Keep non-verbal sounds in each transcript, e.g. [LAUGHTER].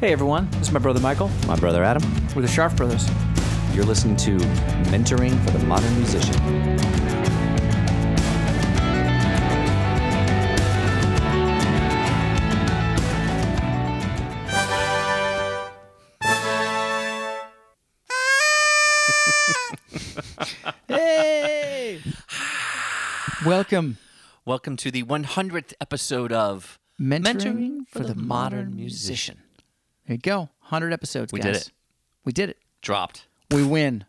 Hey everyone, this is my brother Michael. My brother Adam. We're the Sharp Brothers. You're listening to Mentoring for the Modern Musician. Hey! [LAUGHS] Welcome, Welcome to the 100th episode of mentoring, for, the, modern musician. There you go, hundred episodes. We guys. did it. We did it. Dropped. We [LAUGHS] win.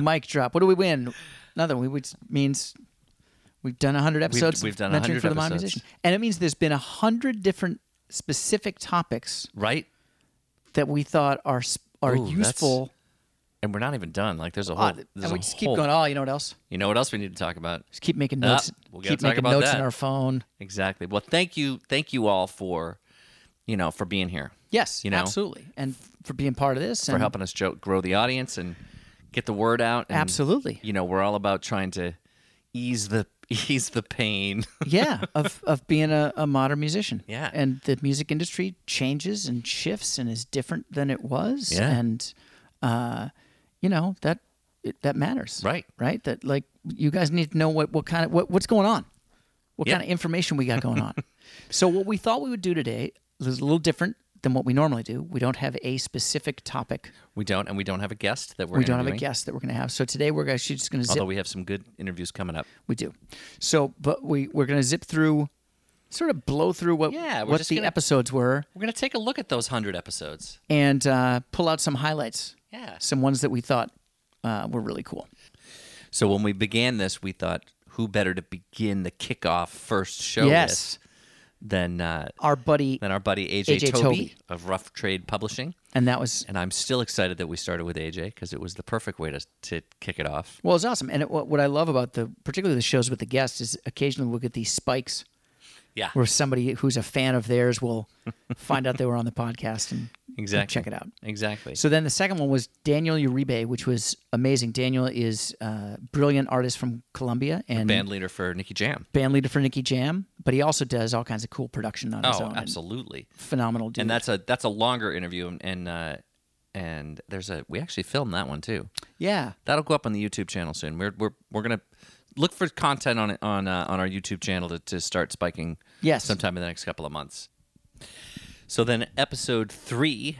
Mic drop. What do we win? Nothing. We which means we've done hundred episodes. we've done mentoring 100 for the modern episodes. musician, and it means there's been hundred different specific topics Right? that we thought are sp- are Ooh, that's useful. And we're not even done. Like there's a whole. Uh, there's and a we just keep whole- going. Oh, you know what else? You know what else we need to talk about? Just keep making Ah, notes. we gotta keep talk making about notes that. on our phone. Exactly. Well, thank you, thank you all for, you know, for being here, Yes, You know? absolutely, and f- for being part of this for and helping us jo- grow the audience and get the word out. And, Absolutely. You know, we're all about trying to ease the [LAUGHS] ease the pain. yeah, [LAUGHS] of of being a, a modern musician. Yeah. and the music industry changes and shifts and is different than it was. Yeah. and uh, you know that it, that matters. Right. right. That like you guys need to know what what kind of what, what's going on, what Yeah. kind of information we got going on. [LAUGHS] so what we thought we would do today is a little different than what we normally do. We don't have a specific topic. [LAUGHS] we don't, and we don't have a guest that we're. We don't have a interviewing, guest that we're going to have. So today we're actually just going to zip Although we have some good interviews coming up. We do. So, but we we're gonna zip through, sort of blow through what Yeah, we're what just the gonna- episodes were, We're gonna take a look at those hundred episodes. and uh, pull out some highlights. Yeah. some ones that we thought uh, were really cool. So when we began this, we thought, who better to begin the kickoff first show yes, with than uh, our buddy, than our buddy AJ, AJ Toby, Toby. of Rough Trade Publishing. and that was And I'm still excited that we started with AJ because it was the perfect way to to kick it off. well, it's awesome. And it, what what I love about the particularly the shows with the guests is occasionally we'll get these spikes Yeah. where somebody who's a fan of theirs [LAUGHS] will find out they were on the podcast and and Exactly. check it out. Exactly. So then the second one was Daniel Uribe, which was amazing. Daniel is a brilliant artist from Colombia and band leader for Nicky Jam. band leader for Nicky Jam, but he also does all kinds of cool production on his Oh, own. and absolutely. Phenomenal dude. And that's a that's a longer interview and and, uh, and there's a we actually filmed that one too. yeah. That'll go up on the YouTube channel soon. We're we're we're gonna look for content on it on uh, on our YouTube channel to, to start spiking. Yes. sometime in the next couple of months. So then, episode three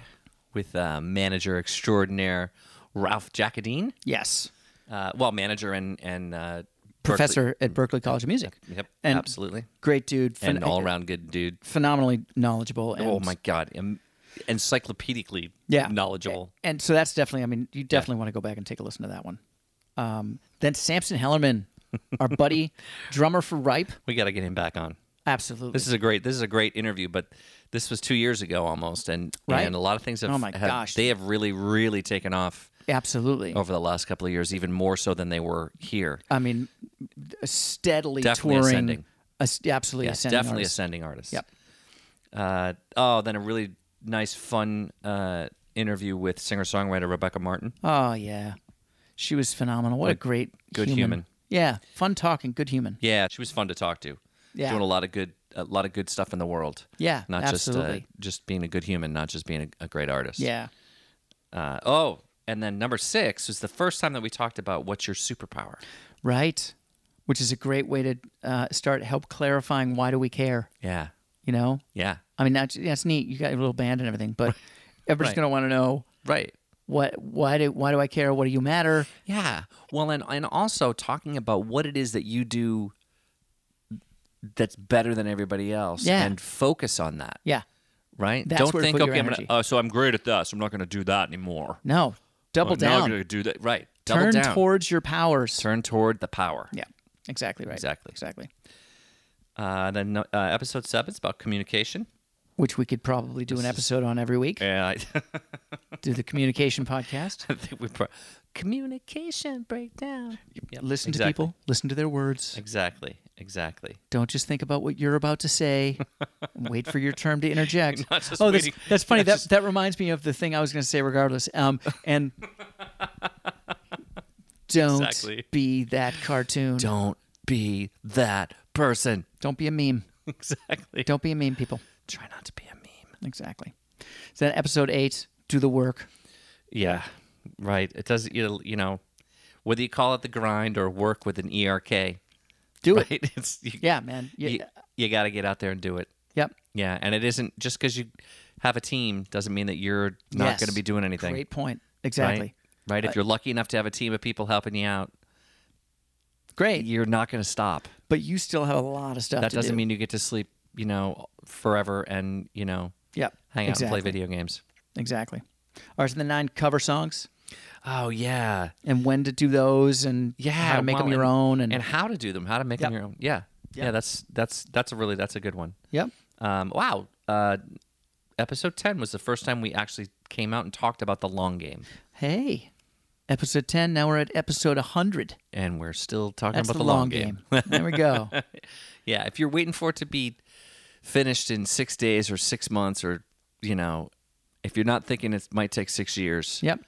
with uh, manager extraordinaire Ralph Jackadine. Yes. Uh, well, manager and and uh, Berkeley- Professor at Berkeley College of Music. Yep, and- absolutely, Great dude. phen- and all around good dude. phenomenally knowledgeable. And, oh my god, em- encyclopedically Yeah. knowledgeable. And so that's definitely. I mean, you definitely want to go back and take a listen to that one. Um, then Samson Hellerman, [LAUGHS] our buddy, drummer for Ripe. We got to get him back on. Absolutely. This is a great this is a great interview, but this was two years ago almost, and Right? and a lot of things have Oh my have- gosh. they have really really taken off absolutely. over the last couple of years, even more so than they were here. I mean, steadily Definitely touring. ascending. as- absolutely Yes, ascending. definitely artist. ascending artists. Yep. Uh, oh, then a really nice, fun uh, interview with singer songwriter Rebecca Martin. Oh yeah, she was phenomenal. What a great good human. Yeah, fun talking, good human. Yeah, she was fun to talk to. Yeah. doing a lot of good, a lot of good stuff in the world. Yeah, not just absolutely. uh, just being a good human, not just being a, a great artist. Yeah. Uh, oh, and then number six was the first time that we talked about what's your superpower. right. Which is a great way to uh, start help clarifying why do we care. Yeah, You know, yeah, I mean that's that's neat. You got your little band and everything, [LAUGHS] but everybody's Right. gonna want to know right. what why do why do I care? What do you matter? Yeah. Well, and and also talking about what it is that you do that's better than everybody else, Yeah. and focus on that. Yeah. right? That's Don't where to think, put okay, your I'm gonna, energy. oh, so I'm great at that, so I'm not going to do that anymore. No. Double Oh, now I'm down. going to do that. Right. Double Turn down. towards your powers. Turn toward the power. Yeah. Exactly right. Exactly. Exactly. Uh, then uh, episode seven is about communication. Which we could probably do an episode on every [LAUGHS] week. Yeah, I, Do the communication podcast. I think we pro- communication breakdown. Yep, listen exactly. to people. Listen to their words. Exactly. Exactly. Don't just think about what you're about to [LAUGHS] say. and wait for your term to interject. Not just oh, that's, waiting. that's funny. Not That, just- that reminds me of the thing I was going to say regardless. Um, [LAUGHS] and don't Exactly. be that cartoon. Don't. Don't be that person. be a meme. [LAUGHS] Exactly. Don't be a meme, people. Try not to be a meme. Exactly. So then episode eight, do the work. Yeah, right. It does. You you know, whether you call it the grind or work with an ERK, Do right? [LAUGHS] it. It's you, Yeah, man. Yeah. you, you got to get out there and do it. Yep. Yeah, and it isn't just because you have a team doesn't mean that you're not Yes. going to be doing anything. Great point. right? Exactly. Uh, Right. If you're lucky enough to have a team of people helping you out, Great. you're not going to stop. But you still have a lot of stuff. That to doesn't do. mean you get to sleep, you know, forever and you know Yep. hang out exactly. and play video games. Exactly. All right. So the nine cover songs Oh yeah, and when to do those and yeah. how to make well, them your own and, and how to do them, how to make them Yep. your own. Yeah, yeah. That's that's that's a really that's a good one. yep. Um, wow. Uh, episode 10 was the first time we actually came out and talked about the long game. Hey, episode ten. Now we're at episode hundred. And we're still talking That's about the, the long, game. [LAUGHS] there we go. yeah. If you're waiting for it to be finished in six days or six months, or, you know, if you're not thinking it might take six years, Yep.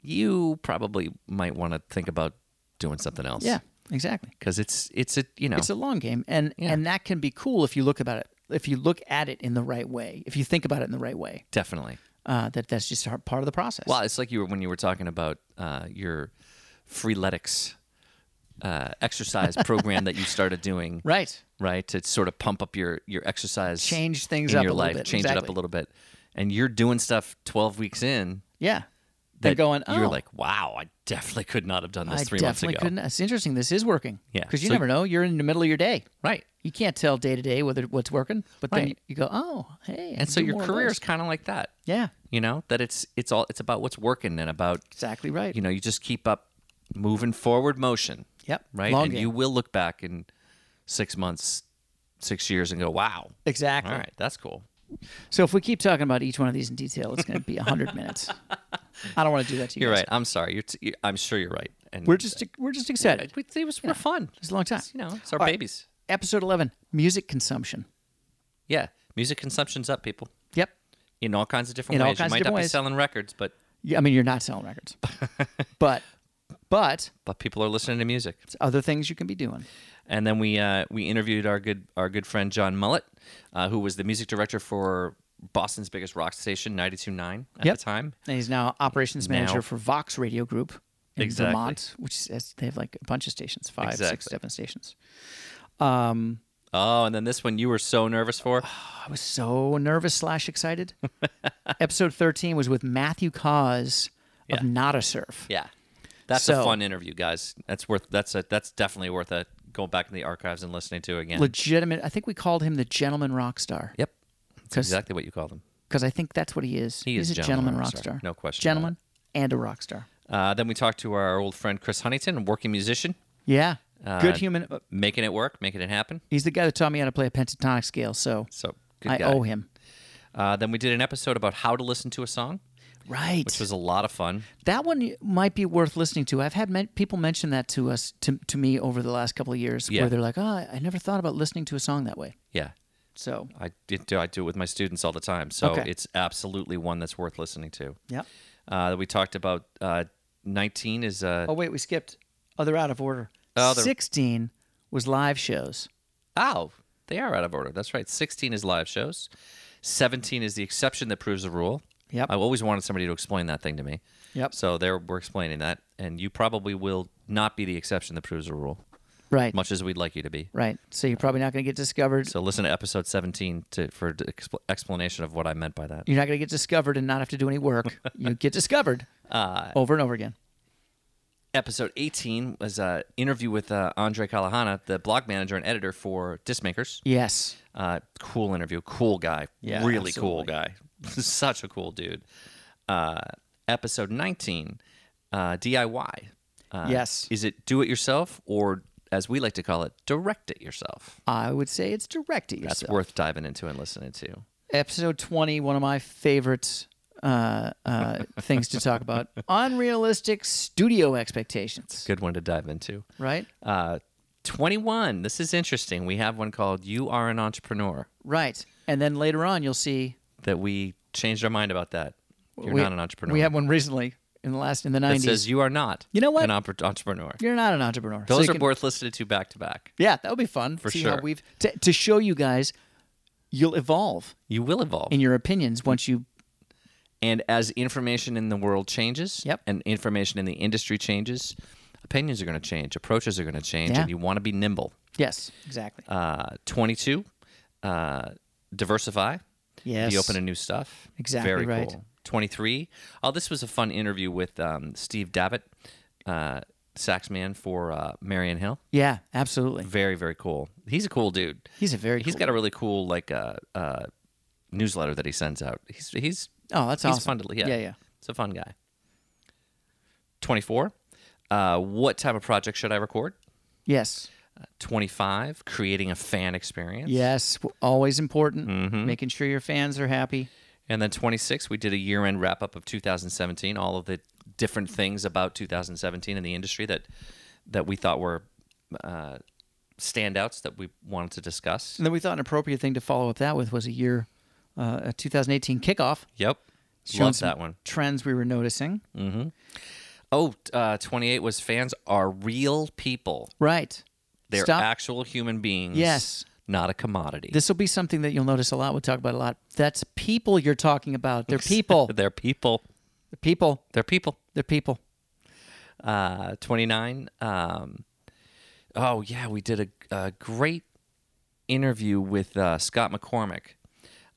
you probably might want to think about doing something else. Yeah. Exactly. Because it's, it's a, you know, It's a long game, and and that can be cool if you look about it. If you look at it in the right way, if you think about it in the right way, definitely. uh, that that's just a part of the process. Well, it's like you were when you were talking about uh, your freeletics uh, [LAUGHS] exercise program that you started doing. right. right? To sort of pump up your your exercise, Change things in up your a little life, bit. change it up a Exactly. little bit, and you're doing stuff twelve weeks in. Yeah. That They're going. Oh, you're like, wow, I definitely could not have done this I three months definitely ago, couldn't. It's interesting. This is working. Yeah. Because you So- never know. You're in the middle of your day. right? You can't tell day to day whether what's working. But then Right. you, you go, oh, hey. I can And so do your more of career those. is kind of like that, Yeah. you know, that it's it's all it's about what's working and about Exactly right. you know you just keep up moving forward motion, yep. right? Long and game. you will look back in six months, six years, and go, wow, exactly. all right, that's cool. So if we keep talking about each one of these in detail, it's going to be hundred minutes. I don't want to do that to you. You're guys. right. I'm sorry. You're t- I'm sure you're right. And We're just we're just excited. it was it was- we're fun. It's a long time. It's, you know, it's our All right. babies. Episode eleven: music consumption. Yeah, music consumption's up, people, Yep. in all kinds of different In all ways. kinds of you might not different be ways. selling records, but Yeah, I mean, you're not selling records, [LAUGHS] but but but people are listening to music. it's other things you can be doing. And then we uh, we interviewed our good our good friend John Mullet, uh, who was the music director for Boston's biggest rock station, 92.9 at Yep. the time. And he's now operations manager Now. for Vox Radio Group in Exactly. Vermont, which is, they have like a bunch of stations, five, six, seven Exactly. stations. Oh, and then this one you were so nervous for. I was so nervous slash [LAUGHS] excited. Episode 13 was with Matthew Cause of Yeah. Not a Surf. Yeah, that's So- a fun interview, guys. That's worth that's a that's definitely worth a going back in the archives and listening to again. Legitimate. I think we called him the gentleman rock star Yep, that's 'Cause- exactly what you call them. because I think that's what he is. He He's is a gentleman, rock star. No question about Gentleman and a rock star. Uh, then we talked to our old friend Chris Huntington, a working musician, Yeah. Good Uh, human. uh, making it work, making it happen. He's the guy that taught me how to play a pentatonic scale. So, So good I guy. owe him. Uh, then we did an episode about how to listen to a song, Right. which was a lot of fun. That one might be worth listening to. I've had men- people mention that to us to, to me over the last couple of years, Yeah. where they're like, "Oh, I I never thought about listening to a song that way." Yeah, So, I did do. I do it with my students all the time, so Okay. it's absolutely one that's worth listening to. yeah. Uh, we talked about uh, nineteen is uh, Oh wait, we skipped. Oh, they're out of order. Oh, they're- Sixteen was live shows. oh they are out of order. That's right. Sixteen is live shows. Seventeen is the exception that proves the rule. Yep. I always wanted somebody to explain that thing to me. Yep. So there we're explaining that, and you probably will not be the exception that proves the rule, Right. much as we'd like you to be. Right. So you're probably not going to get discovered. So listen to episode 17 to, for d- expl- explanation of what I meant by that. You're not going to get discovered and not have to do any [LAUGHS] work. you get discovered Uh, over and over again. Episode 18 was an interview with uh, Andre Calahana, the blog manager and editor for Discmakers. Yes. Uh, cool interview, cool guy, Yeah, really cool absolutely. guy, [LAUGHS] such a cool dude. Uh, episode 19, uh, DIY. Uh, Yes. Is it do it yourself or, as we like to call it, direct it yourself? I would say it's direct at That's yourself. worth diving into and listening to. episode 20 one of my favorite uh, uh, things to talk about [LAUGHS] unrealistic studio expectations Good one to dive into. right Uh, 21. This is interesting. We have one called You Are an Entrepreneur right and then later on you'll see that we changed our mind about that. You're we- not an entrepreneur. we had one recently in the last in the that 90s says you are not You know what? an oppor- entrepreneur. you're not an entrepreneur So Those you are can- worth listening to back to back. yeah that would be fun for see how sure. we've to, to show you guys you'll evolve You will evolve. in your opinions once you And as information in the world changes, Yep. and information in the industry changes, opinions are going to change, approaches are going to change, Yeah. and you want to be nimble. Yes, exactly. Uh, 22, uh, diversify. Yes. Be open to new stuff. Exactly Very right. cool. 23. Oh, this was a fun interview with um, Steve Dabbitt, uh, sax man for uh, Marion Hill. yeah, absolutely. Very, very cool. He's a cool dude. He's a very He's cool got a really cool like uh, uh, newsletter that he sends out. He's he's Oh, that's he's awesome. fun to yeah Yeah, yeah. It's a fun guy. Twenty four. Uh, what type of project should I record? Yes. Twenty five. Creating a fan experience. Yes. w- Always important. Mm-hmm. Making sure your fans are happy. And then 26, we did a year end wrap up of 2017, all of the different things about 2017 in the industry that that we thought were uh, standouts that we wanted to discuss. And then we thought an appropriate thing to follow up that with was a year, uh, a 2018 kickoff. Yep. showing Love some that one. Trends we were noticing. Mm. Oh, uh, 28 was fans are real people. Right. They're Stop. actual human beings. Yes. Not a commodity. this will be something that you'll notice a lot. We'll talk about a lot. That's people you're talking about. [LAUGHS] They're people. They're They're people. people. They're people. They're people. uh, 29. Um, oh, yeah, we did a, a great interview with uh, Scott McCormick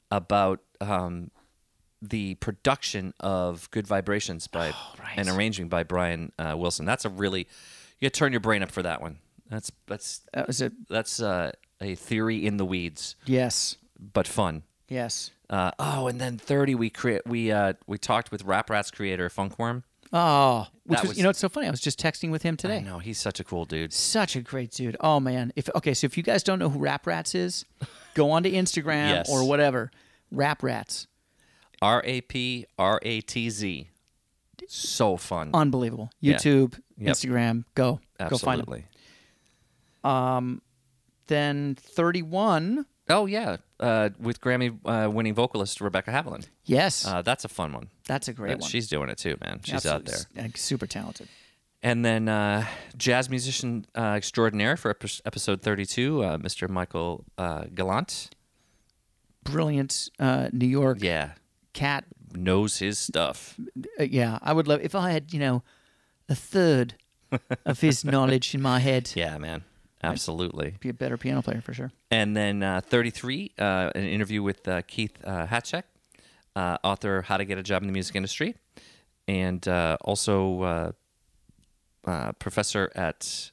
about um, the production of Good Vibrations by and arranging by Brian uh, Wilson. That's a really, you gotta turn your brain up for that one. That's, that's, That was it. that's uh, a theory in the weeds, Yes. but fun. Yes. Uh, oh, and then 30, we create, we, uh, we talked with Rap Rats creator Funkworm. Oh, which That was, was- you know, it's so funny. I was just texting with him today. No, he's such a cool dude. Such a great dude. Oh man. If okay, so if you guys don't know who Rap Rats [LAUGHS] is, go onto Instagram Yes. or whatever. Rap Rats. R A P R A T Z. So fun. Unbelievable. Yeah. YouTube, Yep. Instagram. Go. Go find them. Absolutely. Then 31. Oh yeah, uh, with Grammy uh, winning vocalist Rebecca Haviland. Yes. Uh, that's a fun one. that's a great That- one. She's doing it too, man. She's Absolutely out there. s- and super talented. And then uh, jazz musician uh, extraordinaire for ep- episode 32, uh, Mr. Michael uh, Gallant. Brilliant uh, New York Yeah, cat knows his stuff. Uh, yeah, I would love if I had you know a third of [LAUGHS] his knowledge in my head. Yeah, man. Absolutely. Be a better piano player for sure. And then uh, 33, uh, an interview with uh, Keith uh, Hatchek, uh, author How to Get a Job in the Music Industry, and uh, also uh, uh, professor at,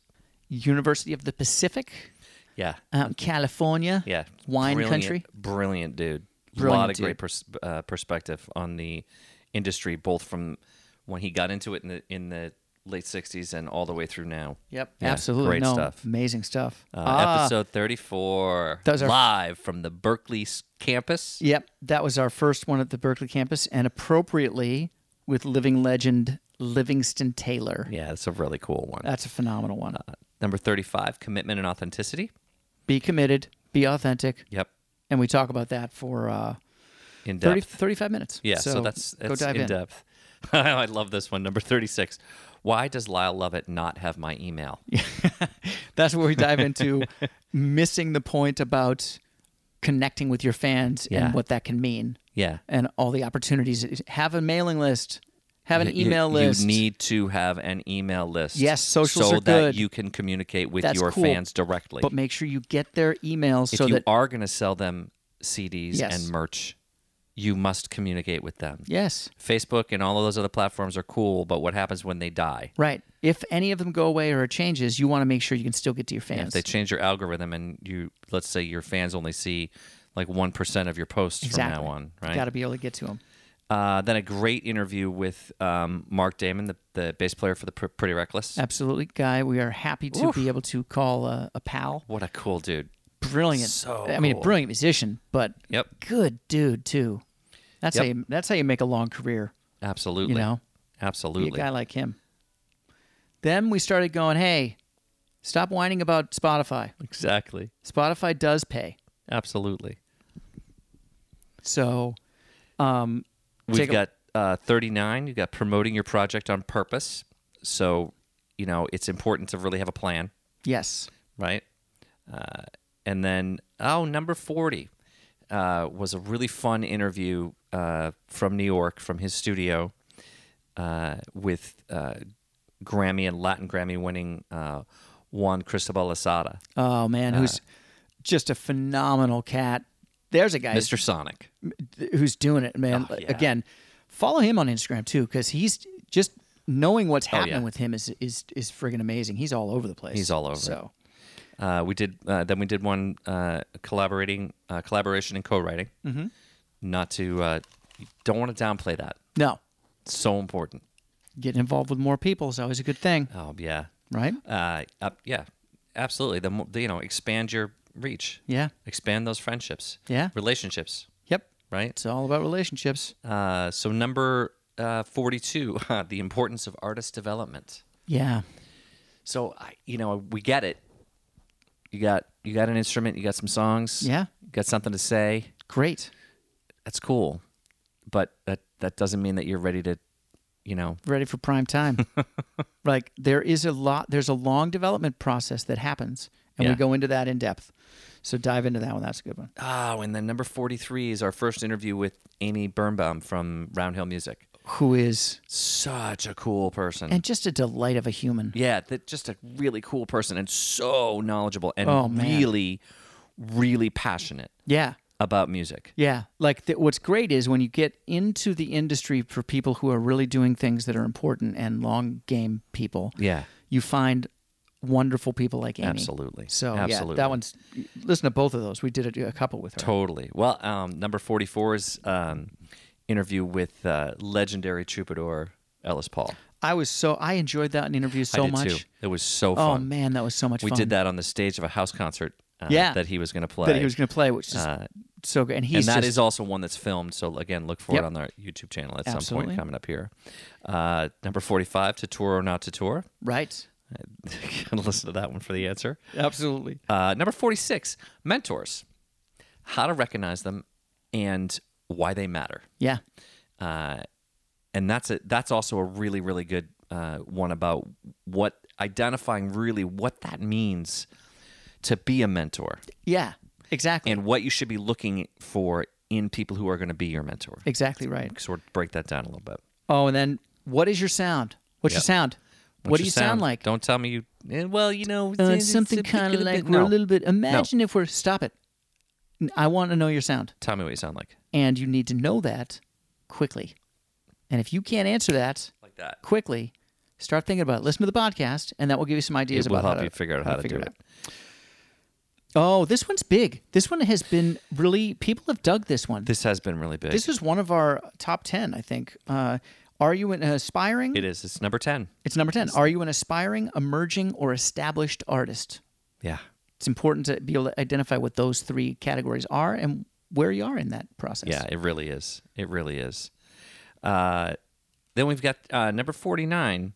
University of the Pacific yeah, out in California. yeah. wine brilliant- country. Brilliant dude. A lot Brilliant of great dude. pers- uh, perspective on the industry, both from when he got into it in the, in the late 60s and all the way through now. Yep, Yeah, absolutely. Great no, stuff. amazing stuff. Uh, Ah, episode 34, Those are- live from the Berkeley s- campus. Yep, that was our first one at the Berkeley campus, and appropriately with living legend Livingston Taylor. Yeah, Uh, it's a really cool one. That's a phenomenal one. Number 35, commitment and authenticity. be committed, be authentic, Yep. and we talk about that for uh, In depth. 30, 35 minutes. yeah, so, so that's, go that's dive in in. depth. [LAUGHS] I love this one. Number 36, why does Lyle Lovett not have my email? that's where we dive [LAUGHS] into missing the point about connecting with your fans Yeah. and what that can mean [LAUGHS] Yeah. and all the opportunities have a mailing list have an You- you- email list You need to have an email list. Yes, socials so are that good. you can communicate with That's your cool, fans directly. but make sure you get their emails if so you that are going to sell them CDs Yes. and merch, you must communicate with them. yes Facebook and all of those other platforms are cool, but what happens when they die? right if any of them go away or it changes you want to make sure you can still get to your if fans they change your algorithm and you let's say your fans only see like 1% of your posts exactly from now on right got to be able to get to them uh, then a great interview with um, mark damon the, the bass player for the Pr- pretty reckless absolutely guy we are happy to be able to call a, a pal what a cool dude brilliant So i mean a cool. brilliant musician but yep good dude too that's Yep. how you, that's how you make a long career absolutely You know, be a absolutely guy like him. Then we started going, hey, stop whining about Spotify. exactly Spotify does pay. absolutely So um, we've Take a- got uh, 39 you've got promoting your project on purpose so you know it's important to really have a plan yes. right? Uh, and then, oh, number 40 uh, was a really fun interview uh, from New York, from his studio, uh, with uh, Grammy and Latin Grammy winning uh, Juan Cristobal Asada, Oh man, Uh, who's just a phenomenal cat. There's a guy Mr. Sonic. who's doing it, man. Oh, yeah. Again, follow him on Instagram too, because he's just knowing what's happening Oh, yeah. with him is is is friggin' amazing. He's all over the place. He's all over it. So Uh, we did uh, then we did one uh, collaborating uh, collaboration and co-writing. Mm-hmm. Not to uh, you don't want to downplay that. no, It's so important. getting involved with more people is always a good thing, Oh yeah, right? uh, up, yeah, absolutely. The, mo- the you know expand your reach. Yeah. expand those friendships. Yeah. relationships. Yep. Right. It's all about relationships. Uh, so number uh, forty-two, [LAUGHS] the importance of artist development. Yeah. So I, you know, we get it. You got you got an instrument. You got some songs. Yeah. You got something to say. Great. That's cool, but that that doesn't mean that you're ready to, you know. ready for prime [LAUGHS] time. like there is a lot there's a long development process that happens and Yeah. we go into that in depth. So dive into that one. That's a good one. Oh, and then number forty-three is our first interview with Amy Birnbaum from Round Hill Music. Who is Such a cool person. and just a delight of a human. Yeah, that just a really cool person and so knowledgeable and Oh, man. really, really passionate Yeah. about music. Yeah. Like th- what's great is when you get into the industry for people who are really doing things that are important and long game people. Yeah. You find wonderful people like Amy. Absolutely. So Absolutely. yeah, that one's listen to both of those. We did a, a couple with her. Totally. Well, um, number 44 is um, interview with uh, legendary troubadour Ellis Paul. I was so I enjoyed that interview so I did much. too. It was so Oh fun. man, that was so much we fun. did that on the stage of a house concert uh, Yeah. that he was going to play. Uh, that he was going to play, which is so good. And and he's that is just, also one that's filmed. So again, look for Yep. it on our YouTube channel at some Absolutely. point coming up here. Uh, number forty-five: to tour or not to tour. right. [LAUGHS] Gotta listen to that one for the answer. Absolutely. Uh, number 46, mentors. How to recognize them and why they matter. Yeah. Uh, and that's a, that's also a really, really good uh, one about what identifying really what that means to be a mentor Yeah. Exactly. and what you should be looking for in people who are going to be your mentor. exactly right. Sort of break that down a little bit. Oh, and then what is your sound? What's your Yep. sound? What's what do your you sound, like? Don't tell me you. eh, Well, you know, Uh, it's- it's something a kind of little like bit- we're no. a little bit. Imagine if we're stop it. N- I want to know your sound, Tell me what you sound like. and you need to know that quickly. And if you can't answer that Like that. quickly, start thinking about it. Listen to the podcast, and that will give you some ideas It will about help how you to figure out how to do figure it. out. Oh, this one's big. This one has been really people have dug this one. This, This has been really big. is one of our top ten, I think. Uh, are you an aspiring? It is. It's number 10. it's number ten. Are you an aspiring, emerging, or established artist? Yeah. It's important to be able to identify what those three categories are and where you are in that process. Yeah, it really is. It really is. Uh, then we've got uh, number 49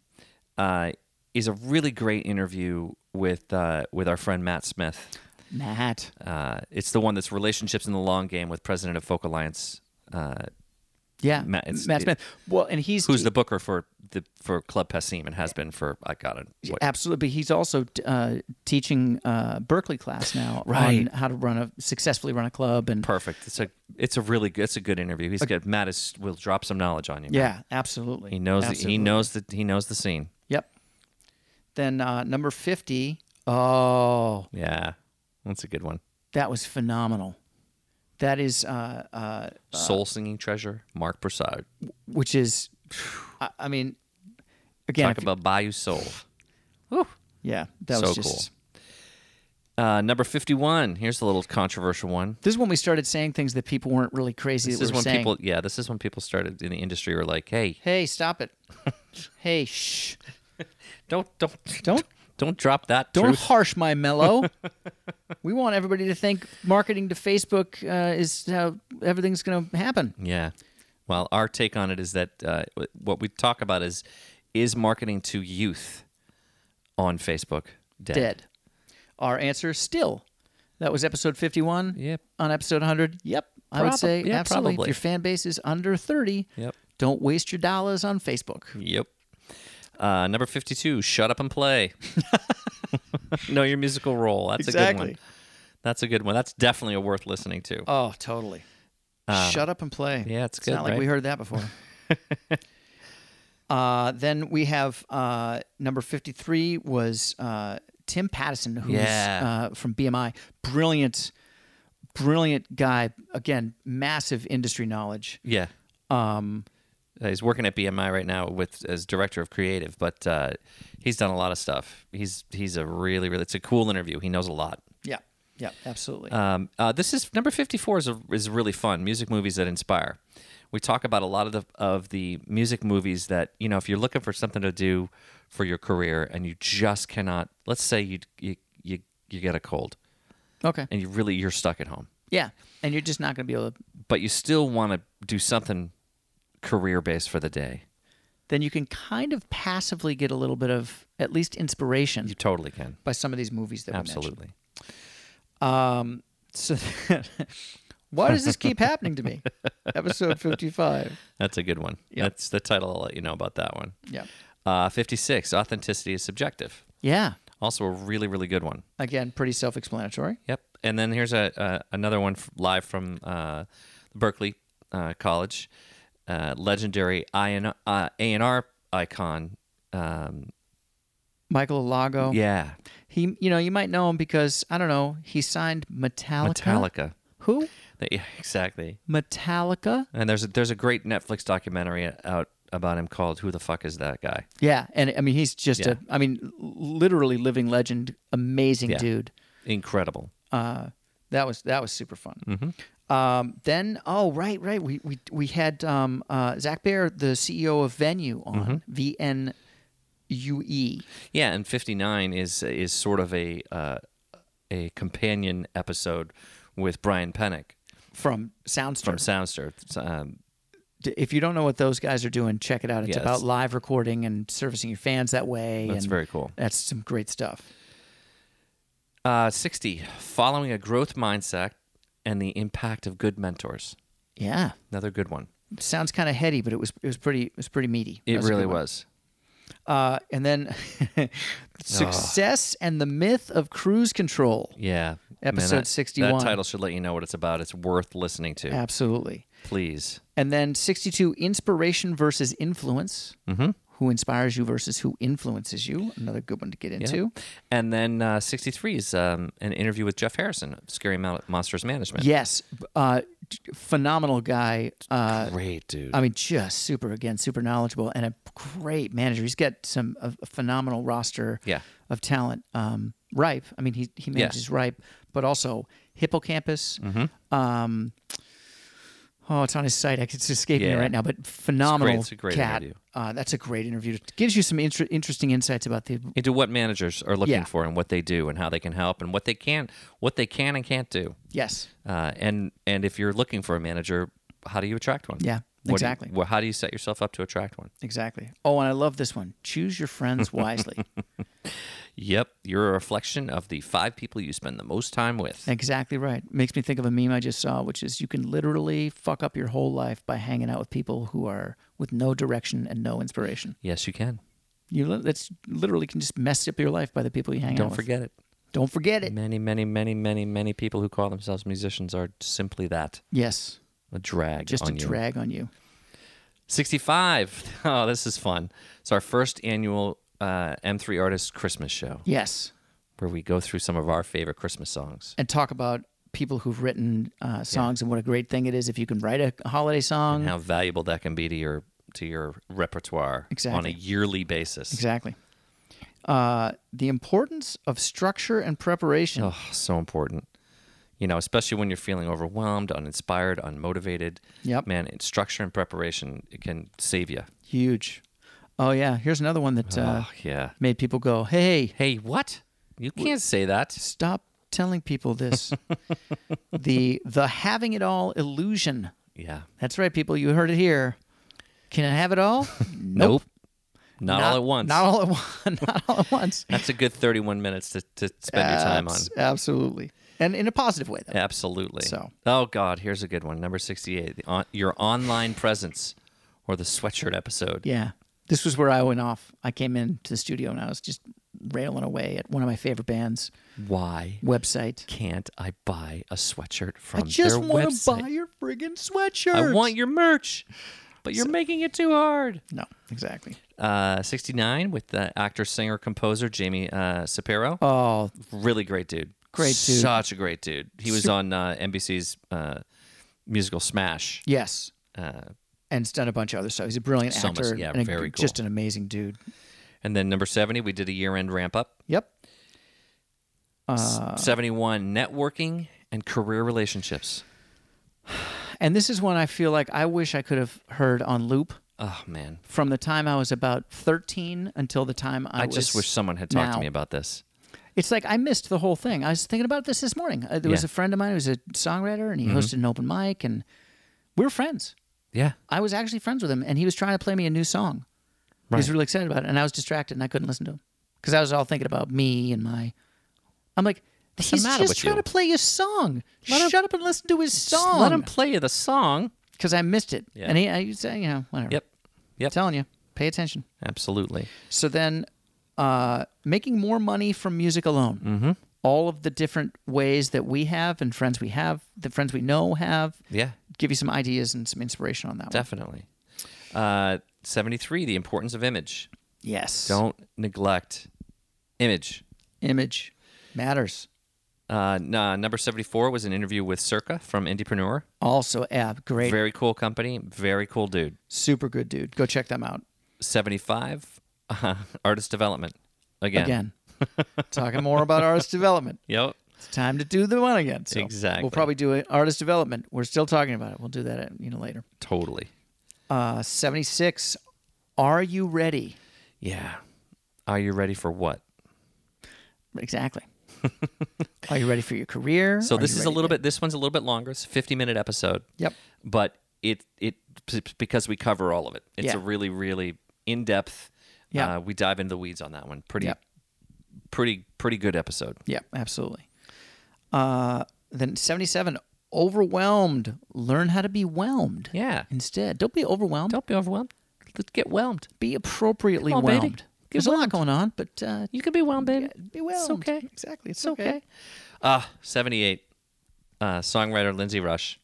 uh, is a really great interview with uh, with our friend Matt Smith. Matt. Uh, it's the one that's relationships in the long game with president of Folk Alliance, uh, Yeah, Matt, it's- Matt it- Smith. well, and he's who's the booker for the for Club Passim and has been for I got it. what, absolutely. But he's also uh, teaching uh, Berkeley class now Right. on how to run a successfully run a club and perfect. It's a it's a really good it's a good interview. He's good. Matt is will drop some knowledge on you. man. yeah, absolutely. he knows the, Absolutely. he knows the he knows the scene. Yep. Then uh, number 50. Oh, Yeah, that's a good one. that was phenomenal. That is, uh, uh, Soul singing treasure, Mark Broussard. which is, I, I mean, again, Talk if- about Bayou Soul. yeah, that so was just. cool. Uh, number 51. Here's a little controversial one. This is when we started saying things that people weren't really crazy. This that we is were when saying, people, yeah, this is when people started in the industry were like, hey, Hey, stop [LAUGHS] it. hey, shh. don't, don't, [LAUGHS] Don't- don't drop that. Don't truth. harsh my [LAUGHS] mellow. we want everybody to think marketing to Facebook uh, is how everything's going to happen. Yeah. Well, our take on it is that uh, what we talk about is, is marketing to youth on Facebook dead? dead. Our answer still. That was episode 51. Yep. On episode 100. Yep. I Probab- would say yeah, absolutely. probably. If your fan base is under 30, Yep. don't waste your dollars on Facebook. Yep. Uh, number 52, Shut Up and Play. [LAUGHS] know your musical role. That's a good Exactly. Uh, one. That's a good one. That's definitely a worth listening to. Oh, totally. Shut up and play. Um, yeah, it's it's good, Not right? like we heard that [LAUGHS] before. uh, then we have uh, number fifty-three was uh, Tim Pattison, who's Yeah. uh, from BMI. Brilliant, brilliant guy. Again, massive industry knowledge. Yeah. Um, Uh, He's working at BMI right now with as director of creative, but uh, he's done a lot of stuff. He's he's a really really it's a cool interview. He knows a lot. yeah, yeah, absolutely. Um, uh, this is number fifty four is a, is really fun. Music movies that inspire. We talk about a lot of the of the music movies that you know if you're looking for something to do for your career and you just cannot. Let's say you you you, you get a cold okay. and you really you're stuck at home, Yeah, and you're just not going to be able to. but you still want to do something career based for the day. Then you can kind of passively get a little bit of at least inspiration You totally can. by some of these movies that Absolutely. we mentioned. Um, So, [LAUGHS] why does this keep happening to me? Episode fifty-five. That's a good one. That's the title. I'll let you know about that one. Yeah. Uh, 56, Authenticity is Subjective. Yeah. Also a really, really good one. Again, pretty self-explanatory. Yep. And then here's a, a another one f- live from uh, Berkeley uh, College. Uh, legendary IN, uh, A&R icon. Um, Michael Lago. Yeah. He, you know, you might know him because I don't know. He signed Metallica. Metallica. Who? They- yeah, [LAUGHS] exactly. Metallica. And there's a, there's a great Netflix documentary out about him called Who the Fuck Is That Guy? Yeah, and I mean, he's just Yeah. a. I mean, l- literally living legend. Amazing Yeah. dude. Incredible. uh, that was that was super fun. Mm-hmm. Um, then oh right right we we, we had um, uh, Zach Baer the CEO of Venue Mm-hmm. on V N U E Yeah, and 59 is is sort of a uh, a companion episode with Brian Pennick from from Soundstar. Soundster. Um, D- if you don't know what those guys are doing, check it out. It's Yeah, about it's- live recording and servicing your fans that way. That's and very cool. That's some great stuff. uh, 60, following a growth mindset and the impact of good mentors. Yeah, Another good one. sounds kind of heady, but it was it was pretty it was pretty meaty. It That a really good one. was. Uh, and then [LAUGHS] success and the myth of cruise control. Yeah. Episode that- 61. That title should let you know what it's about. It's worth listening to. Absolutely. Please. And then 62, inspiration versus influence. Mm-hmm. Who inspires you versus who influences you. Another good one to get into. And then uh, 63 is um, an interview with Jeff Harrison of Scary Mo- Monsters Management. Yes. b- Uh, d- phenomenal guy. Uh, Great, dude. I mean, just super, again, super knowledgeable and a great manager. He's got some a, a phenomenal roster Yeah. of talent. Um, Ripe. I mean, he, he manages Ripe, but also Hippocampus. Mm-hmm. Um, oh, it's on his site. I It's escaping Yeah. me right now, but phenomenal It's a great cat. interview. Uh, that's a great interview. It gives you some inter- interesting insights about the. into what managers are looking Yeah. for and what they do and how they can help and what they can what they can and can't do Yes. uh, and and if you're looking for a manager how do you attract one Yeah, What do you- exactly. well, how do you set yourself up to attract one Exactly. Oh, and I love this one. Choose your friends [LAUGHS] wisely. yep you're a reflection of the five people you spend the most time with exactly right. Makes me think of a meme I just saw, which is you can literally fuck up your whole life by hanging out with people who are with no direction and no inspiration. yes you can You li- that's literally can just mess up your life by the people you hang out don't with. forget it Don't forget it. many many many many many people who call themselves musicians are simply that Yes. a drag Just on a you. drag on you. 65 [LAUGHS] oh this is fun it's our first annual uh, m3 artist christmas show Yes. where we go through some of our favorite christmas songs And talk about people who've written uh, songs and what a great thing it is if you can write a holiday song. and how valuable that can be to your to your repertoire on a Exactly. yearly basis. Exactly. Uh, the importance of structure and preparation. Oh, so important. You know, especially when you're feeling overwhelmed, uninspired, unmotivated. Yep. Man, it's structure and preparation it can save you. Huge. Oh yeah, here's another one that uh, oh, yeah. made people go, "Hey, Hey, what? You can't say that. stop telling people [LAUGHS] this." the the having it all illusion. Yeah. That's right, people. You heard it here. Can I have it all? [LAUGHS] Nope. Not, all at once. Not all at [LAUGHS] once. Not all at once. [LAUGHS] That's a good 31 minutes to, to spend your time on. Abs- Absolutely, and in a positive way though. Absolutely. So. Oh God, here's a good one. Number 68. The on, your online presence, or the sweatshirt episode. Yeah. This was where I went off. I came into the studio and I was just railing away at one of my favorite bands Why website. can't I buy a sweatshirt from I just their wanna website? buy your friggin' sweatshirt. I want your merch, but you're making it too hard. no, exactly. Uh, 69 with the actor, singer, composer Jamie uh, Sapiro. Oh, really great dude. Great dude. Such a great dude. He was on uh, NBC's uh, musical Smash. yes. Uh, And has done a bunch of other stuff. He's a brilliant So much- actor. yeah, and a- very cool. Just an amazing dude. and then number 70, we did a year end ramp up. Yep. Uh. 71, networking and career relationships. And this is one I feel like I wish I could have heard on loop Oh, man. from the time I was about 13 until the time I, I, was just wish someone had talked now. to me about this. It's like I missed the whole thing. I was thinking about this this morning. Uh, there was Yeah. Mm-hmm. a friend of mine who was a songwriter, and he hosted an open mic, and we were friends. Yeah. I was actually friends with him, and he was trying to play me a new song. He was really excited about it, and I was distracted, and I couldn't listen to him because I was all thinking about me and my. I'm like, the he's matter just with trying you? to play his song. Shut up and listen to his Just Let him song. play you the song. Because I missed it, Yeah. and he, I say, you know, whatever. Yep. Yep. telling you, pay attention. Absolutely. So then, uh, making more money from music alone. Mm-hmm. All of the different ways that we have and friends we have, the friends we know have, Yeah. give you some ideas and some inspiration on that one. Definitely. Uh, 73, the importance of image. Yes. Don't neglect image. Image matters. Uh, n- number 74 was an interview with Circa from Indiepreneur. Also, Ab, great, Very cool company. Very cool dude. super good dude. Go check them out 75, uh, [LAUGHS] artist development. Again. [LAUGHS] again. Talking more about artist development. Yep. It's time to do the one again. So Exactly. We'll probably do it. artist development. We're still talking about it. We'll do that at, you know later. Totally. Uh, Seventy six. Are you ready? Yeah. Are you ready for what? [LAUGHS] Exactly. Are you ready for your career? So Are this you is a ready- little bit. This one's a little bit longer. It's a fifty-minute episode. Yep. But it it because we cover all of it. It's a Yeah. really really in-depth. Yeah. Uh, we dive into the weeds on that one. Pretty, Yep. pretty, pretty good episode. Yep, absolutely. Uh, then 77, overwhelmed. Learn how to be whelmed. Yeah. Instead, don't be overwhelmed. Don't be overwhelmed. Let's get whelmed. be appropriately Come on, baby. whelmed. Get There's a lot going on, but uh, You can be whelmed, baby. be whelmed. It's okay. Exactly. It's, It's okay. Ah, 78. Uh, songwriter Lindsay Rush.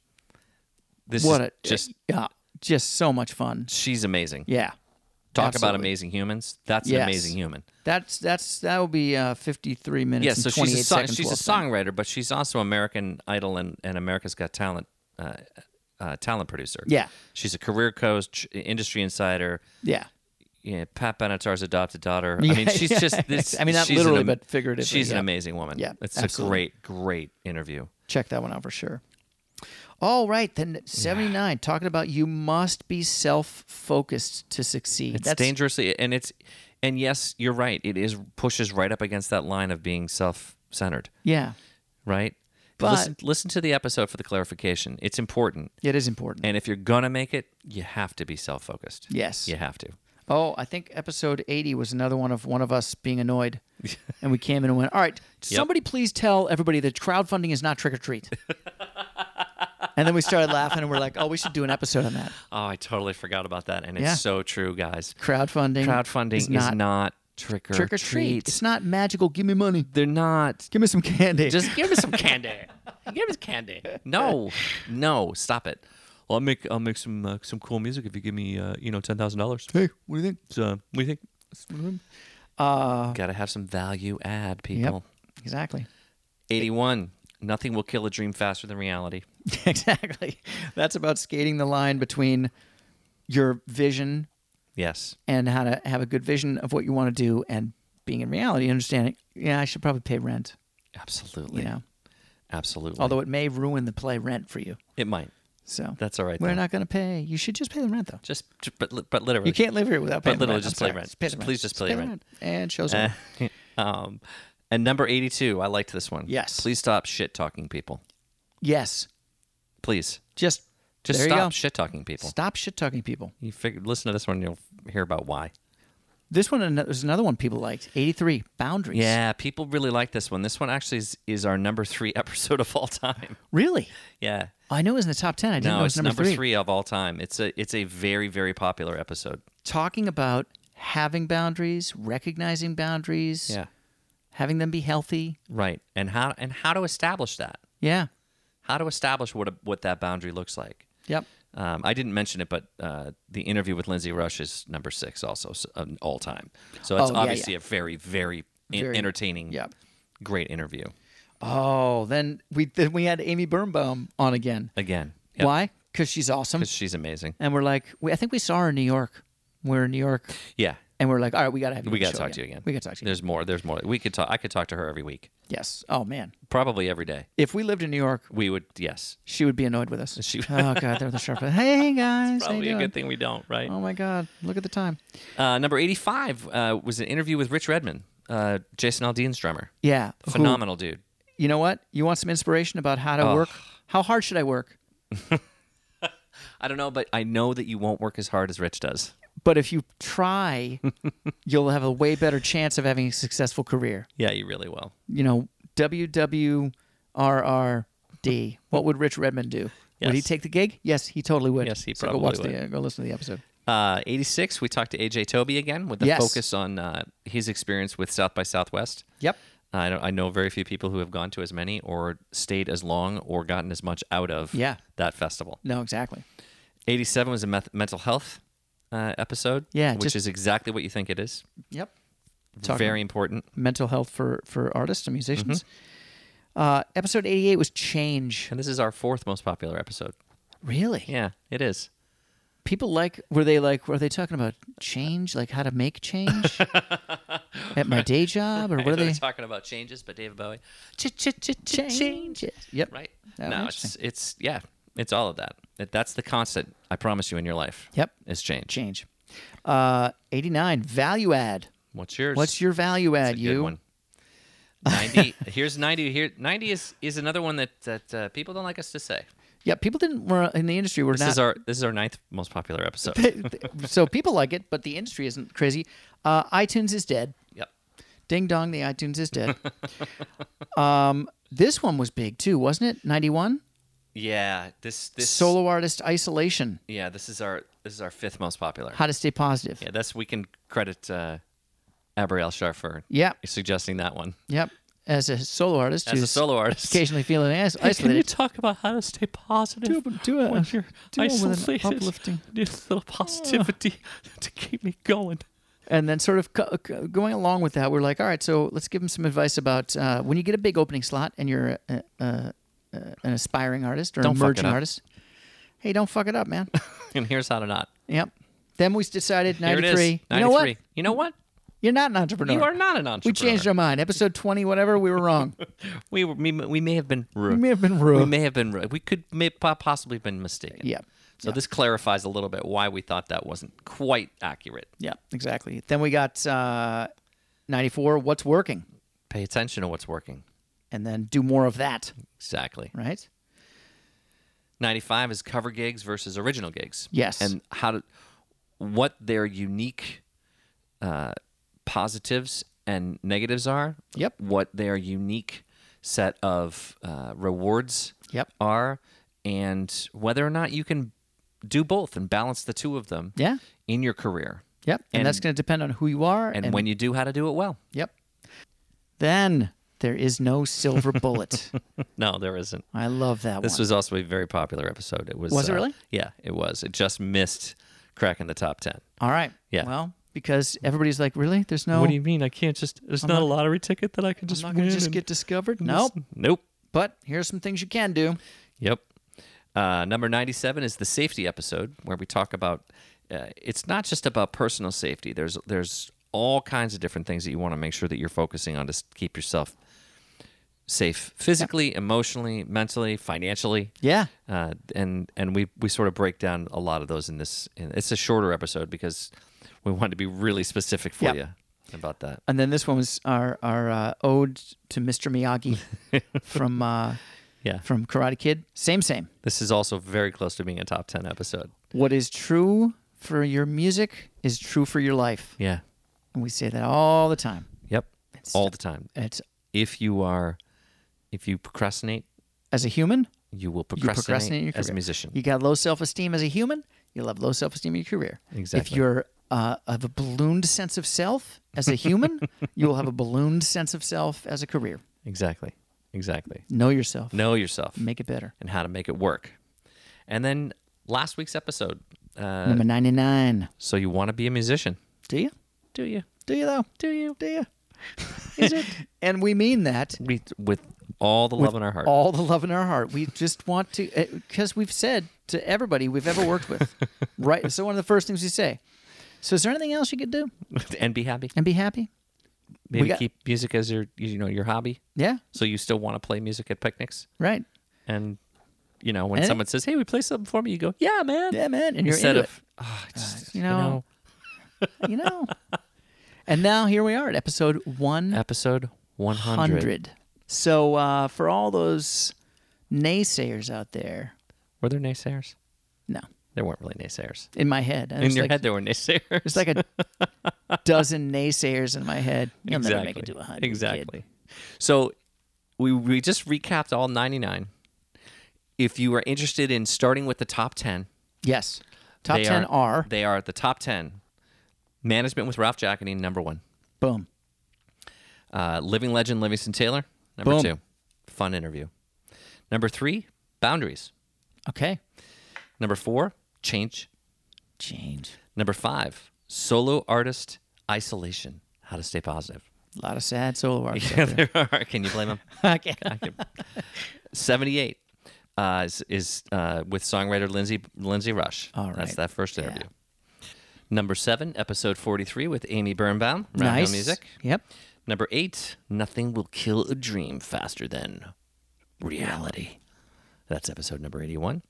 This What is a just yeah, just so much fun. she's amazing. Yeah. Talk about absolutely. amazing humans. That's Yes. an amazing human. That's that's that will be uh, 53 minutes. Yeah, and so 28 she's a song, seconds she's a well spent. songwriter, but she's also American Idol and, and America's Got Talent uh, uh, talent producer. Yeah. she's a career coach, industry insider. Yeah. Yeah, Pat Benatar's adopted daughter. I Yeah, mean, she's yeah, just this. [LAUGHS] I mean, not she's an literally, am- but figuratively, She's an yeah. amazing woman. Yeah, it's absolutely. a great, great interview. check that one out for sure. All right, then 79 talking about you must be self-focused to succeed. It's dangerously, and it's, and yes, you're right. It is pushes right up against that line of being self-centered, Yeah. right? But- listen, listen to the episode for the clarification. It's important, It is important. and if you're gonna make it, you have to be self-focused. yes. you have to. Oh, I think episode 80 was another one of one of us being [LAUGHS] annoyed. and we came in and went, "All right, somebody please tell everybody that crowdfunding is not trick or [LAUGHS] treat." and then we started laughing and we're like, "Oh, we should do an episode on that." Oh, I totally forgot about that, and it's Yeah. so true, guys. Crowdfunding Crowdfunding is not, trick or, trick or treat. It's not magical, give me money. They're not. Give me some candy. Just give me some candy. give me some candy. No, no, stop it. Well, I'll make I'll make some uh, some cool music if you give me uh, you know ten thousand dollars. [LAUGHS] hey, what do you think? So, what do you think? Uh, Got to have some value add, yep. people. Exactly. [LAUGHS] Eighty-one. Nothing will kill a dream faster than reality. exactly. That's about skating the line between your vision Yes. and how to have a good vision of what you want to do and being in reality, understanding, yeah, I should probably pay rent, Absolutely. you know, Absolutely. although it may ruin the play rent for you. it might. So That's all right, We're though. not going to pay. You should just pay the rent, though. Just, ju- but li- but literally. You can't live here without But paying the literally rent. just I'm pay sorry. rent. pay the Just please just pay the the rent. And shows Uh, up. um, and number 82, I liked this one. Yes. Please stop shit talking people. Yes. Please. Just, Just there you go. stop shit talking people. Stop shit talking people. You figure, listen to this one, and you'll hear about why. This one ano- there's another one people liked 83 boundaries. Yeah, people really like this one. This one actually is, is our number three [LAUGHS] episode of all time. [LAUGHS] Really? Yeah. I know it was in the top 10. I didn't know No, it it's was number three. of all time. It's a it's a very very popular episode. talking about having boundaries, recognizing boundaries, Yeah. having them be healthy. Right. And how and how to establish that? Yeah. How to establish what a, what that boundary looks like? Yep. Um, I didn't mention it, but uh, the interview with Lindsay Rush is number six, also so, um, all time. So Oh, it's yeah, obviously yeah. a very, very, en- Very- entertaining, yep. great interview. Oh, then we then we had Amy Birnbaum on again. Again, Why? 'Cause Why? Because she's awesome. 'Cause she's amazing. And we're like, we, I think we saw her in New York. We We're in New York, Yeah, and we're like, all right, we gotta have. You we on the got to show talk to you again. We gotta talk to you. There's more. There's more. We could talk. I could talk to her every week, Yes. Oh man, probably every day. if we lived in New York, We would. Yes, she would be annoyed with us. She- oh god, they're the sharp. [LAUGHS] Hey guys, how you probably a doing? good thing we don't. Right. Oh my god, look at the time. Uh, number eighty-five uh, was an interview with Rich Redman, uh, Jason Aldean's drummer. Yeah. who- Phenomenal dude. you know what? You want some inspiration about how to work? How hard should I work? I don't know, but I know that you won't work as hard as Rich does. But if you [LAUGHS] try, you'll have a way better chance of having a successful career. Yeah, you really will. you know, WWRRD. what would Rich Redmond do? Would he Yes. take the gig? Yes, he totally would. Yes, he So probably go watch would. The, uh, go listen to the episode. Uh, 86, we talked to AJ Toby again with the Yes. focus on uh, his experience with South by Southwest. Yep. I, don't, I know very few people who have gone to as many or stayed as long or gotten as much out of Yeah. that festival. No, exactly. 87 was a meth- mental health uh, episode, Yeah, which just- is exactly what you think it is. Yep. Talking- very important. Mental health for for artists and musicians. Mm-hmm. Uh, episode eighty eight was change. And this is our fourth most popular episode. Really? Yeah, it is. People like were they like were they talking about change, like how to make [LAUGHS] change at my day job, or what are They're they? talking about changes, but David Bowie, Change it. Yep. right? Oh, no, it's interesting. it's yeah, it's all of that. That- That's the constant. I promise you in your life. Yep. is change. Change. Uh, eighty nine value add. What's yours? What's your value add? That's a you. Good one. [LAUGHS] Ninety. here's ninety. Here, ninety is is another one that that uh, people don't like us to say. Yeah, people didn't were in the industry were This not [LAUGHS] is our this is our ninth most popular episode. so people like it, but the industry isn't crazy. Uh, iTunes is dead. yep. Ding dong, the iTunes is [LAUGHS] dead. um, this one was big too, wasn't it? Ninety one Yeah. This this solo artist isolation. Yeah. This is our this is our fifth most popular. How to stay positive. yeah. That's we can credit uh, Abriel Shar for Yeah. suggesting that one Yep. As a solo artist, as a who's solo artist. occasionally feeling is- isolated. talk about how to stay positive? Do a- do a- when you're do one with an isolated? uplifting- I [LAUGHS] Need a little positivity to keep me going. And then, sort of co- co- going along with that, we're like, all right, so let's give them some advice about uh, when you get a big opening slot and you're a, a, a, an aspiring artist or Don't an fuck it emerging up. artist. Hey, don't fuck it up, [LAUGHS] man. [LAUGHS] And here's how to not. Yep. Then we decided Here 93. it is. You know what? 93. You know what? You're not an entrepreneur. You are not an entrepreneur. We changed our mind. Episode 20, whatever, we were [LAUGHS] wrong. We were, we, we may have been we rude. may have been We rude. may have been rude. We could may po- possibly have been mistaken. Yeah. So this clarifies a little bit why we thought that wasn't quite accurate. yeah, exactly. Then we got uh, 94, what's working? Pay attention to what's working. And then do more of that, Exactly. right? 95 is cover gigs versus original gigs. Yes. And how to, what their unique uh, positives and negatives are. Yep. What their unique set of uh, rewards Yep. are, and whether or not you can do both and balance the two of them Yeah. in your career. Yep. And, And- that's going to depend on who you are. And, when you do, how to do it well. [LAUGHS] Yep. Then there is no silver [LAUGHS] bullet. No, there isn't. I love that This one. was also a very popular episode. It was. Was it uh, really? Yeah, it was. It just missed cracking the top ten. All right. Yeah. Well, because everybody's like, really? There's no. mean? I can't just. There's not a lottery ticket that I can I'm not going to just get discovered? Nope. Nope. But here's some things you can do. Yep. Uh, number 97 is the safety episode where we talk about uh, it's not just about personal safety. There's there's all kinds of different things that you want to make sure that you're focusing on to s- keep yourself safe physically, emotionally, mentally, financially. Yeah. Uh, and and we we sort of break down a lot of those in this. In, it's a shorter episode because we wanted to be really specific for Yep. you about that. And then this one was our our uh, ode to Mr. [LAUGHS] Miyagi from uh, Yeah. from Karate Kid. Same same. This is also very close to being a top 10 episode. What is true for your music is true for your life, Yeah. and we say that all the time. Yep. all the time. It's if you are if you procrastinate as a human, you will you procrastinate, procrastinate in your career. as a musician You got low self esteem as a human. You'll have low self esteem in your career. If Exactly. you're uh, of a ballooned sense of self as a human, [LAUGHS] you will have a ballooned sense of self as a career. Exactly. Exactly. Know yourself. Know yourself Make it better. and how to make it work. And then last week's episode. Uh, Number 99. so you want to be a musician? Do you? Do you? Do you, though? Do you? Do [LAUGHS] you? Is it? [LAUGHS] and we mean that We with all the love in our heart. all the love in our heart. We just want to, because we've said to everybody we've ever worked [LAUGHS] with, right? So one of the first things you say. So is there anything else you could do [LAUGHS] and be happy. and be happy? Maybe got- keep music as your you know your hobby. Yeah, So you still want to play music at picnics, right. and you know when And it- someone says, "Hey, we play something for me," you go, "Yeah, man." Yeah, man. And Eh? you're Instead into of, "Ah, I just, you you, know, know, it, you know. [LAUGHS] and now here we are at episode one episode one hundred. hundred. So uh, for all those naysayers out there, Were there naysayers? no, There weren't really naysayers. in my head, In your like, head, there were naysayers. [LAUGHS] there's like a [LAUGHS] dozen naysayers in my head. You'll exactly. never make it to hundred. Exactly. So we we just recapped all 99. If you are interested in starting with the top 10, Yes. Top they ten are, they are the top 10. Management with Ralph Jackany number 1. boom. Uh, Living Legend Livingston Taylor number Boom. 2. Fun interview. Number 3, Boundaries. Okay. Number 4, Change. Change. Number 5, Solo Artist Isolation. How to stay positive. [LAUGHS] A lot of sad solo artists. Yeah, there are. Can you blame them? okay. [LAUGHS] 78 uh, is, is uh, with songwriter Lindsay Lindsay Rush. All That's right. that first interview. Number seven, episode 43 with Amy Birnbaum, Roundhill Nice. Music. Yep. Number eight, Nothing Will Kill a Dream Faster Than Reality. That's episode number 81.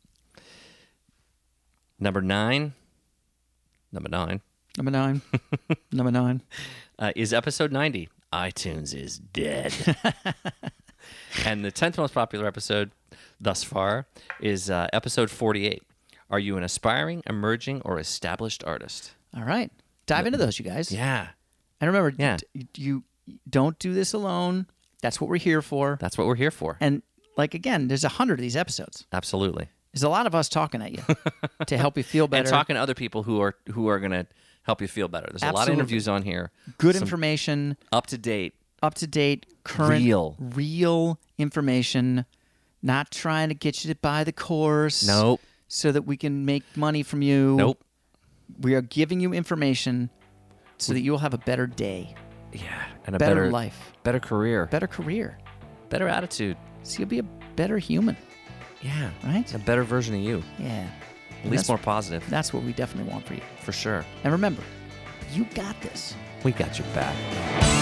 Number nine, number nine, Number [LAUGHS] nine. Number nine. uh, is episode 90. iTunes is dead. [LAUGHS] and the 10th most popular episode thus far is uh, episode 48. Are you an aspiring, emerging, or established artist? All right. Dive into those, you guys. Yeah. And remember, Yeah. d- you don't do this alone. That's what we're here for. That's what we're here for. And like again, there's a hundred of these episodes. Absolutely. There's a lot of us talking [LAUGHS] at you to help you feel better. And talking to other people who are who are going to help you feel better. There's a lot of Absolutely. interviews on here. Good Some information, up to date. up to date, current, Real. real information. Not trying to get you to buy the course. Nope. So that we can make money from you. Nope. We are giving you information so that you will have a better day, Yeah. And a better, better, life, better career, better career. better attitude. So you'll be a better human, Yeah. right? A better version of you. Yeah. At And least that's- more positive, That's what we definitely want for you. for sure. And remember, you got this. We got your back.